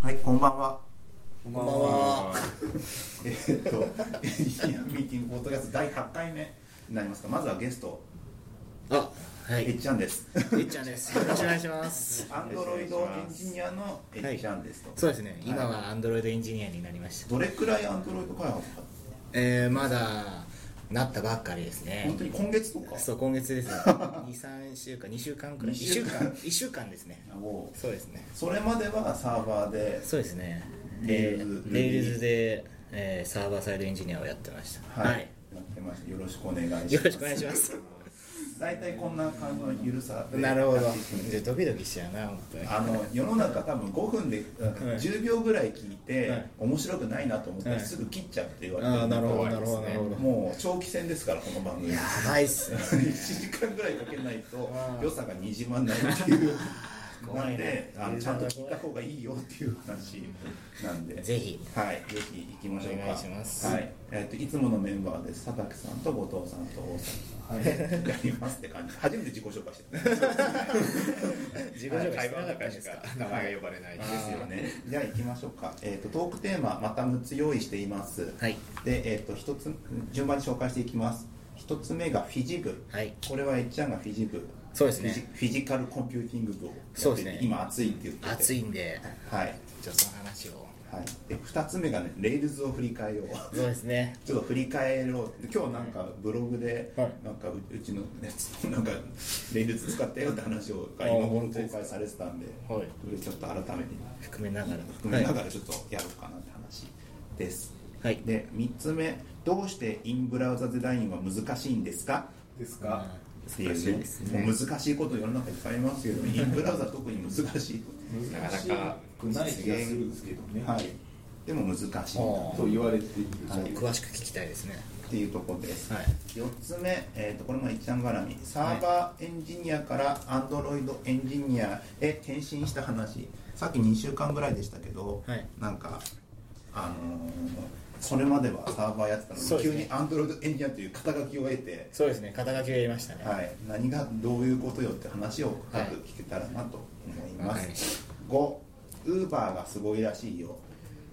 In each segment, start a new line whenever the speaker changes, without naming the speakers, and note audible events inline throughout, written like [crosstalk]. はい、こんばんは。
こん
ばんは。
えーっと、エンジニアミーティングポッドキャスト第8回目になりますか。まずはゲスト、
あ、は
えっ
い。
ちゃんです。
えっちゃんです。よろしくお願いします。
アンドロイドエンジニアのえっちゃんですと。
そうですね。
い
今はアンドロイドエンジニアになりました。
どれくらいアンドロイド開発か。
えー、まだなったばっかりですね
本。当に今月とか。
そう今月 [laughs] ですね。二三週間、二週間くらい。
二
一
週
週
間
間、一週間ですね。
もう
そうですね。
それまではサーバーで、
そうですね。
レ
レ
ールズ
ーレールズで、えー、サーバーサイドエンジニアをやってました。
はい、やってました。よろしくお願いします。
よろしくお願いします。
大体こんな感じのゆるさで
なるほど
やっていくんで。
じゃあドキドキしちゃうな本当に。
あの世の中多分5分でなんか
はい
10秒ぐらい聞いて、
はい
面白くないなと思ったら
はい
すぐ切っちゃうって言われて
あーなるほど
の
な
が
る
怖
ほ
い
ど
ですね
なるほど。
もう長期戦ですからこの番組
やばいっすね。
1時間ぐらいかけないと
あー
良さがにじまんないっていう
[laughs] 怖
ないん
な
であのちゃんと聞いた方がいいよっていう話なんで
[laughs] ぜひ
はいぜひ行きましょうか
お願いします
はいえっといつものメンバーです佐竹さんと後藤さんと大さんさん [laughs] やりますって感じ初めて自己紹介してる
自己紹介してなかったん
会
ですか。
名前が呼ばれな
で
いです
すよね。じゃあ行きましょうか。えっ、とトークテーマまた6つ用意しています。
はい
でえっ、と一つ順番に紹介していきます。一つ目がフィジ部。
はい
これはえっちゃんがフィジ部。
そうですね
フィジ。フィジカルコンピューティング部をやってて
そうですね
今熱いって言ってて。
暑い。んで、
はい
ちょっとその話を。
はい。で二つ目がねレールズを振り返ろう。 [laughs]
そうですね。
ちょっと振り返ろう今日なんかブログで、
はい
なんかううちのやつ [laughs] なんかレールズ使ったよって話をが
あ
今
本当
公
ですか
開されてたんで、
はい
ちょっと改めて
含めながら。
含めながらちょっとやろうかなって話です、
はい
で3つ目どうしてインブラウザデザインは難しいんですか
です
は
か
っていうねもう難しいこと世の中いっぱいありますけ [laughs] どインブラウザ特に難しい、
なかなか
くない気がするんですけどね、
はい、でも難しいんだ
あ
と言われている、
はい
い詳しく聞きたいですね。
っていうところです、
はい
4つ目、えー、とこれも一ちゃん絡みサーバーエンジニアからアンドロイドエンジニアへ転身した話さっき2週間ぐらいでしたけど、
はい
なんかあのーそれまではサーバーやってたの
そう
に、
です
急
ね
にアンドロイドエンジニアという肩書きを得て、
そうですね。肩書きをやりましたね。
はい、何がどういうことよって話を深
はい
く聞けたらなと思いま、
わかります
5ウーバーがすごいらしいよ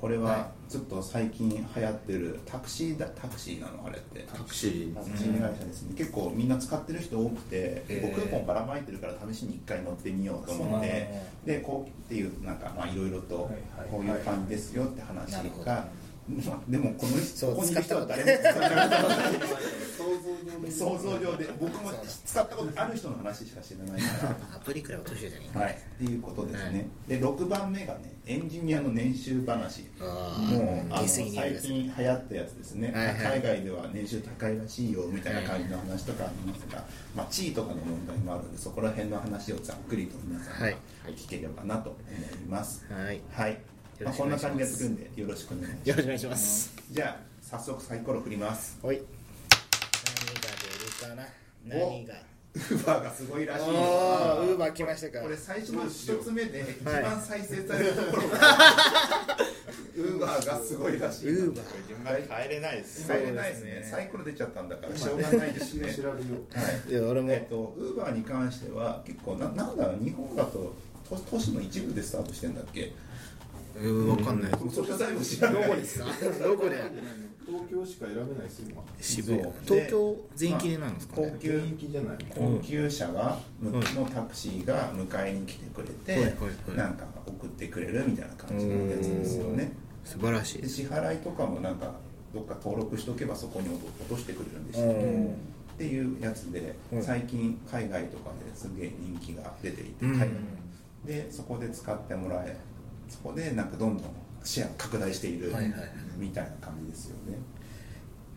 これは
は
ちょっと最近流行ってるタクシーだタクシーなのあれって
タクシー
タクシー会社ですね、結構みんな使ってる人多くて、結構
へー
クーポンばらまいてるから試しに1回乗ってみようと
そう
思
な
っ
んだ
て
ね
でこうっていうなんかまあいろいろと
いはい
こういう感じですよって話
なるほど
が、まあでもこの人
そう
ここにいる人は誰も使ってない想像上で僕も使ったことある人の話しか知らないか
アプリくらい落としてたね。
ら、はい、っていうことですね、で6番目がねエンジニアの年収話
あー
もうあの
下水
最
にあるやつ
近流行ったやつですね、
はいはい
海外では年収高いらしいよみたいな感じの話とかありますが、まあ、地位とかの問題もあるんでそこら辺の話をざっくりと皆さんが
はい
聞ければなと思います
はい
はい、まあ、こんな感じで作るんでよろしくお願いし
よ
ま
ろしくお願いします。
すじゃあ早速サイコロ振ります
はい。何が出るかな。
お
何が。
ウーバーがすごいらしいよ
ああ、ウーバー来ましたか。
これ最初の一つ目で一
はい
番再生されると
[laughs]
ころが、ウーバーがすごいらしい
ウーバー。
順番変えれないです
入れないです
そう
ね
ですね
サイコロ出ちゃったんだからしょうがないです
[laughs]
ね
知られるよ
いや、俺も。
えっと、ウーバーに関しては結構ななんだろう日本だと都都市の一部でスタートしてんだっけ
うん、わかんない。ど
それが最後知らない
こですか。どこで。
東京しか選べないですよ今
渋谷
そう。
東京全域でなんですか
高
ね。
級
現役じゃない
高級車が、
ん
のタクシーが迎えに来てくれて、
はいはいはい
なんか送ってくれるみたいな感じのやつですよね
素晴らしい
で。支払いとかもなんかどっか登録しとけばそこに落としてくれるんでしたっけ
うん
っていうやつで
うん
最近海外とかですげえ人気が出ていて、
うん
海外でそこで使ってもらえそこでなんかどんどんシェア拡大している
はいはいはい
みたいな感じですよね。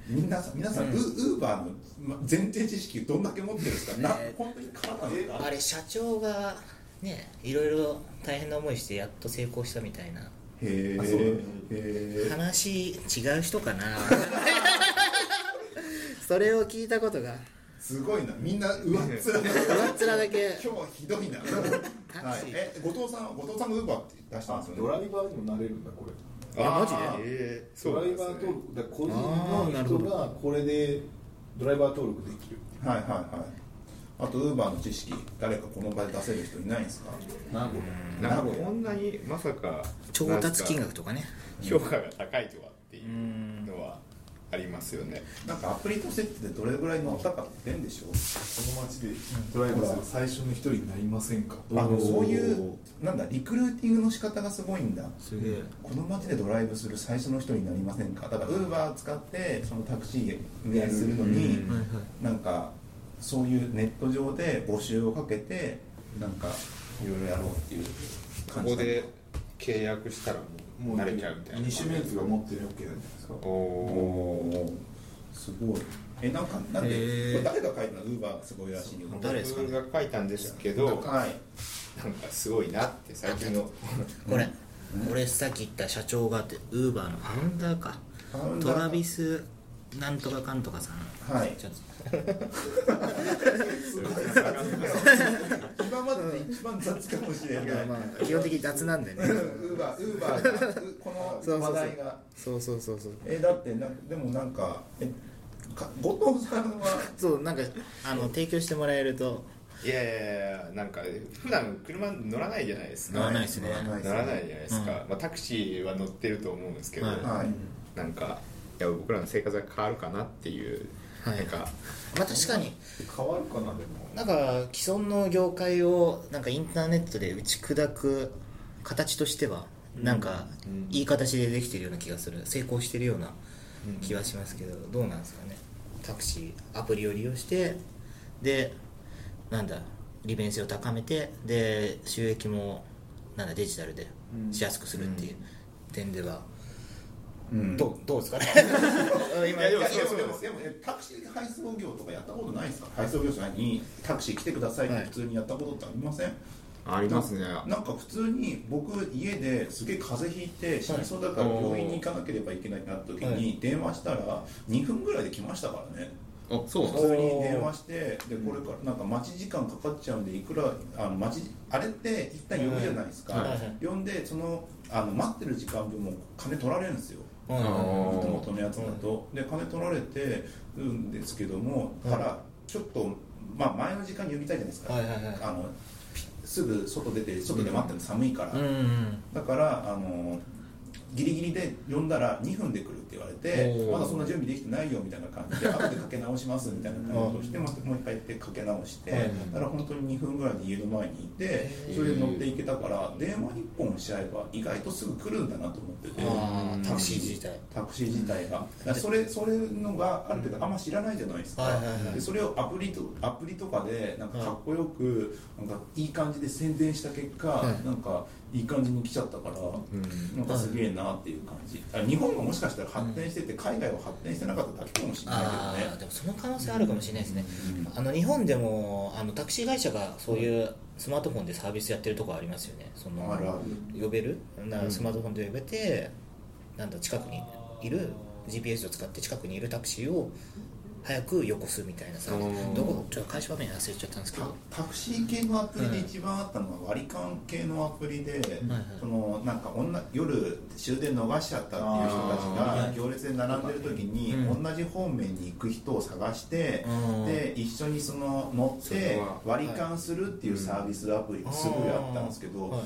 みんな皆さん、ウウーバーのま前提知識どんだけ持ってるんですか、な
ね
本当に体ですか
あれ社長がねいろいろ大変な思いしてやっと成功したみたいな
へ
あそうなんだ
え
話違う人かな [laughs] それを聞いたことが
すごいなみんな上っ面な
上っ面だけ
今日ひどいな、はい、え後藤さん後藤さんもウーバーって出したんです
ド
よ
ラ
ね
イバーにもなれるんだこれ
いやマジで
えー
ド
な
ラ
ん
イ
です
バ
ね
ー登録だから個人
あーなるほ
の人がこれでドライバー登録できる
はいはいはいあとウーバーの知識誰かこの場で出せる人いないんですか
名古
名
なんか
古屋
こんなにまさか
調達金
なん
額とかね
か評価が高いとはっていううんのはありますよね
なんかアプリとセットでどれぐらい乗ったかって出るんでしょ
この町でトライバー最初の一人になりませんか
あのそうい
おー
うなんだリクルーティングの仕方がすごいんだ
すげえ
この街でドライブする最初の人になりませんかだからウーバー使ってそのタクシー運営するのに、
うんはいはい
なんかそういうネット上で募集をかけてなんかいろいろやろうっていう
こ
感じ
こで契約したらもう慣れちゃうみたいな
2種目が持ってるわけなんじゃないですか
お
お
お
おーすごいえなんかなんで、
へー
これ誰が書いたのウーバーがすごいらしいの
誰ですかね
僕が書いたんですけど
はい
なんかすごいなって最近の
これ、俺さっき言った社長がってウーバーのファウンダーか
ファウンダ
ト
ー
ラビスなんとかかんとかさん
はい
ちょっと
今までで一番雑かもしれない
まあ基本的に雑なんだよね
ウーバー、ウーバーが、うこの話題が。
[laughs] そうそうそうそう
え、だって、な、でも、なんか、え、か後藤さんは。
そうなんかあの提供してもらえると
いやいやいやなんか普段車乗らないじゃないです
乗
か
らないですね
乗
乗らないじゃ
ね
ないですか、まあ、タクシーは乗ってると思うんですけど、
はい
はい。
なんかいや僕らの生活が変わるかなっていう、
はい
なんか
まあ確かに
変わるかなでも
なんか既存の業界をなんかインターネットで打ち砕く形としてはなんか
うん
いい形でできてるような気がする成功してるような
うん
気はしますけどどうなんですかねタクシーアプリを利用してでなんだ利便性を高めてで収益もなんだデジタルでしやすくするっていう点では
うん
どうどうですかね今
いやで
い
も
やで
そう
も
そ
で
うなんで
も
す
でもえタクシー配送業とかやったことないですか配送業者にタクシー来てくださいって普通にやったことってありません、
ありますね
なんか普通に僕家ですげえ風邪ひいて死にそうだから
はい
病院に行かなければいけないなって時
は
に電話したら2分ぐらいで来ましたからね
あそうなん
普通に電話してでこれからなんか待ち時間かかっちゃうんでいくらあの待ちあれって一旦呼ぶじゃないですか、
はい
はいはい
呼んでそのあの待ってる時間分も金取られるんですよ
うん
あ
元々のやつだと、で金取られてるんですけども
うん
だからちょっと、まあ、前の時間に呼びたいじゃないですか、
[laughs] はいはいはい
あのピすぐ外出て外で待ってるの寒いから、
うんうん
だからあのギリギリで呼んだら2分で来るって言われて
おー
まだそんな準備できてないよみたいな感
[laughs]
じで後でかけ直しますみたいな感じをしてまたもう一回行ってかけ直して
はい
だから本当に2分ぐらいで家の前にいてそれで乗っていけたから電話1本しちゃえば意外とすぐ来るんだなと思ってて。
あータクシー自体
タクシー自体が、だからそれそれのがある程度あんま知らないじゃないですか、
はいはいはい
でそれをアプリとアプリとかでなんかかっこよく、なんかいい感じで宣伝した結果、
はい
なんかいい感じに来ちゃったから、
ん
なんかすげえなっていう感じ、あ日本がもしかしたら発展してて、海外は発展してなかっただけかもしれない
あ
けど
あ
ね
でもその可能性あるかもしれないですね、
うん
あの日本でもあのタクシー会社がそういうスマートフォンでサービスやってるとこありますよねその
あるある
呼べるな
うん
スマートフォンで呼べて、なんだ近くにいる GPS を使って近くにいるタクシーを早くよこすみたいなさ
あー
どこちょっと会社場面忘れちゃったんですけ
タ
ど
タクシー系のアプリで一番あったのは割り勘系のアプリで、
はい
そのなんか女夜終電逃しちゃったっていう人たち
あ
が
ー
行列で並んでる時に、
うん
同じ方面に行く人を探して、
うん
で一緒にその乗っ
それ
て
は
割り勘するっていうサービスアプリ
はい
すごいあったんですけど、
はい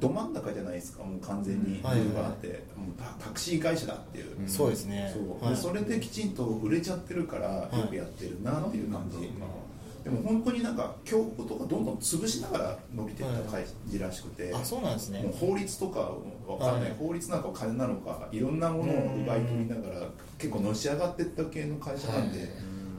ど真ん中じゃないですかもう完全に u
うん
b
はい
e ーって、もうタタクシー会社だっていう。
うん
そうですね
そう、
はい
でそれできちんと売れちゃってるから
い
よくやってるなっていう感じ、でも本当になんか競合とかどんどん潰しながら伸びていった感じらしくて、
あそうなんですね
もう法律とかわかんない、
はい
法律なんかお金なのかいろんなものを奪い取りながら結構のし上がってった系の会社なんで、
はい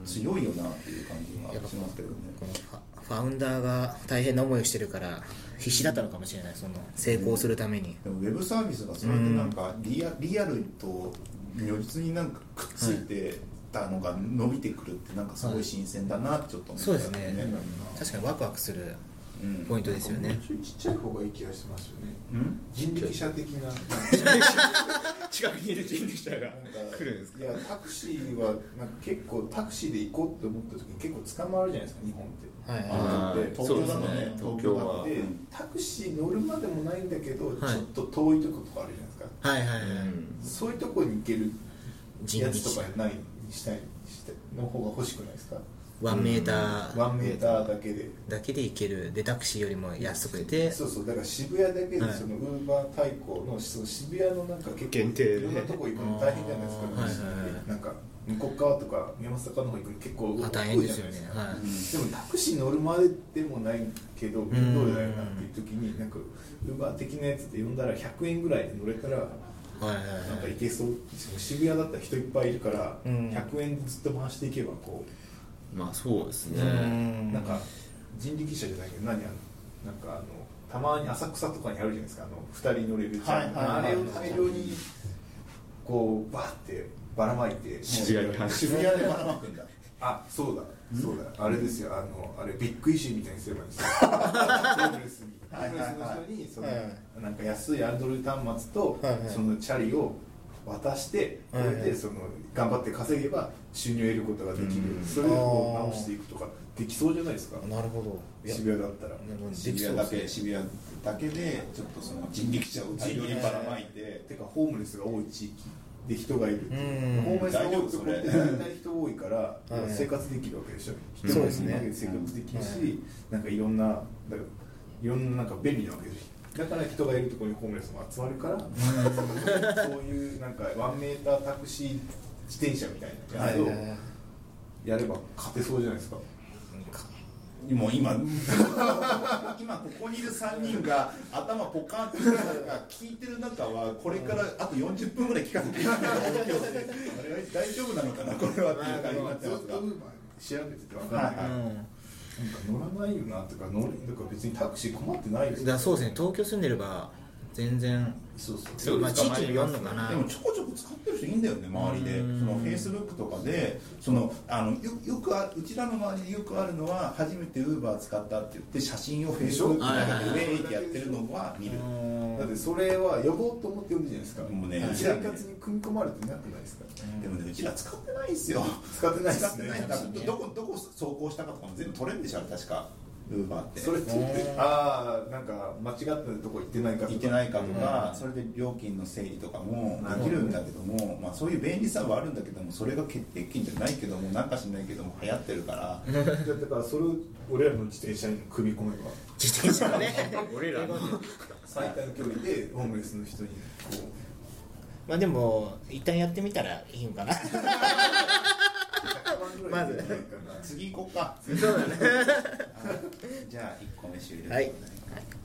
強いよなっていう感じがしますけどね
このファファウンダーが大変な思いをしてるから必死だったのかもしれないその成功するために、
でもウェブサービスがそれでなんかリア,、リアルと如実になんかくっついてたのが伸びてくるってなんかすごい新鮮だなってちょっと思った
そうですね
よ
確かにワクワクする
うん
ポイントですよね、
ちょいちっちゃい方がいい気がしますよね
うん
人力車的な
近くにいる人力車が来るんですか
いやタクシーはなんか結構タクシーで行こうって思った時に結構捕まるじゃないですか日本って。
はい
あー
東京だとね
そうですね東京は
でタクシー乗るまでもないんだけど、
はい
ちょっと遠いとことかあるじゃないですか
はいはいはい、
うん
そういうとこに行ける
人
や
力
つ
車
とかないにしたいにしての方が欲しくないですか
ワンメーター
ワンメーターだけで
だけで行けるでタクシーよりも安くて
そうそうだから渋谷だけで
はい
そのウーバー対抗のその渋谷のなんか結構
限定で
いろんなとこ行くの大変じゃないですか
あー
タクシー
はいはいはい
なんか向こう側とか宮本坂の方行くの結構
あ大変ですよ
多いじゃ
ね
ない
は
でもタクシー乗るまででもないけど面倒だよなっていう時になんかウーバー的なやつで呼んだら100円ぐらいで乗れたら
いはい
なん
は
か
い
行けそう渋谷だったら人いっぱいいるから
うん
100円ずっと回していけばこう
まあそうです
う
ね
ん
なんか人力車じゃないけど何あのなんかあのたまに浅草とかにあるじゃないですかあの2人乗れるチャン
はいはいはい
あれを大量にこうバーってばらまいて
渋谷に
もう渋
渋
谷
谷
で
でばらまくんだ
あそうだそうだあれですよあのあれビッグイシューみたいにすればいいんですよホームレスにホ
はい
ー
は
ム
い
レ
はい
スの人にその、
え
なんか安いアンドロイド端末と、
はいはい
そのチャリを渡してそ
はいはい
れでその頑張って稼げば収入を得ることができる、
うん
それをこう直していくとかできそうじゃないですか
なるほどいや
渋谷だったら
でもで
渋
きそう
谷
で
だ
すね
け渋谷だけでちょっとその人力車を大量にばらま
[laughs]
いて
てかホームレスが多い地域で人がいるっていう
うん
ホームレスが多いところって
大丈夫
大体人多いから
うん
生活できるわけでしょ
うん
人
そう
も
ですね
いるわけ生活できるし、
う
なんかいろんなだからいろんななんか便利なわけでしょだから人がいるところにホームレスも集まるからそういうなんかワンメータータクシー自転車みたいなやつをやれば勝てそうじゃないですか
もう今今ここにいる3人が頭ポカンって聞いてる中はこれからあと40分ぐらい聞かせていただくと思ってますあれ大丈夫なのかなこれはっていう感じになってますが
ウーバー調べてて分かんない、
はい
うん
なんか乗らないよなとか乗れとか別にタクシー困ってないで
だ
す
からそうですね東京住んでれば全然
そうそう
そう
まあ
です
地
か
域によるのかな
でもちょこちょこ使ってる人いいんだよね周りでそ
うん
のフェイスブックとかでそのあのよよくあうちらの周りでよくあるのは初めてウーバー使ったって言って写真をフェイスブックとかでウェイってやってるのは見る
うん
だってそれは呼ぼうと思って呼ぶじゃないですか
もうね
生活に組み込まれてなくないですか
でもねうちら使ってないんですよ
使ってないで
使っ
す
て
ね
ないだからどこどこ走行したかとかも全部取れるんでしょ確かウーバーって
それ取ってああなんか間違ったとこ行ってないかとか
いけないかとか、それで料金の整理とかもできるんだけども、まあ、そういう便利さはあるんだけどもそれが決定金じゃないけどもなんかしないけども流行ってるから
だからそれを俺らの自転車に組み込めば
自転車がね
俺らの
最短距離でホームレスの人にこ
まあでも一旦やってみたらいいのかな
う100万
[laughs]
ぐらいでいいんじゃないかな
[laughs] 次行こうか
そうだね
じゃあ1個目終了
はい
でございます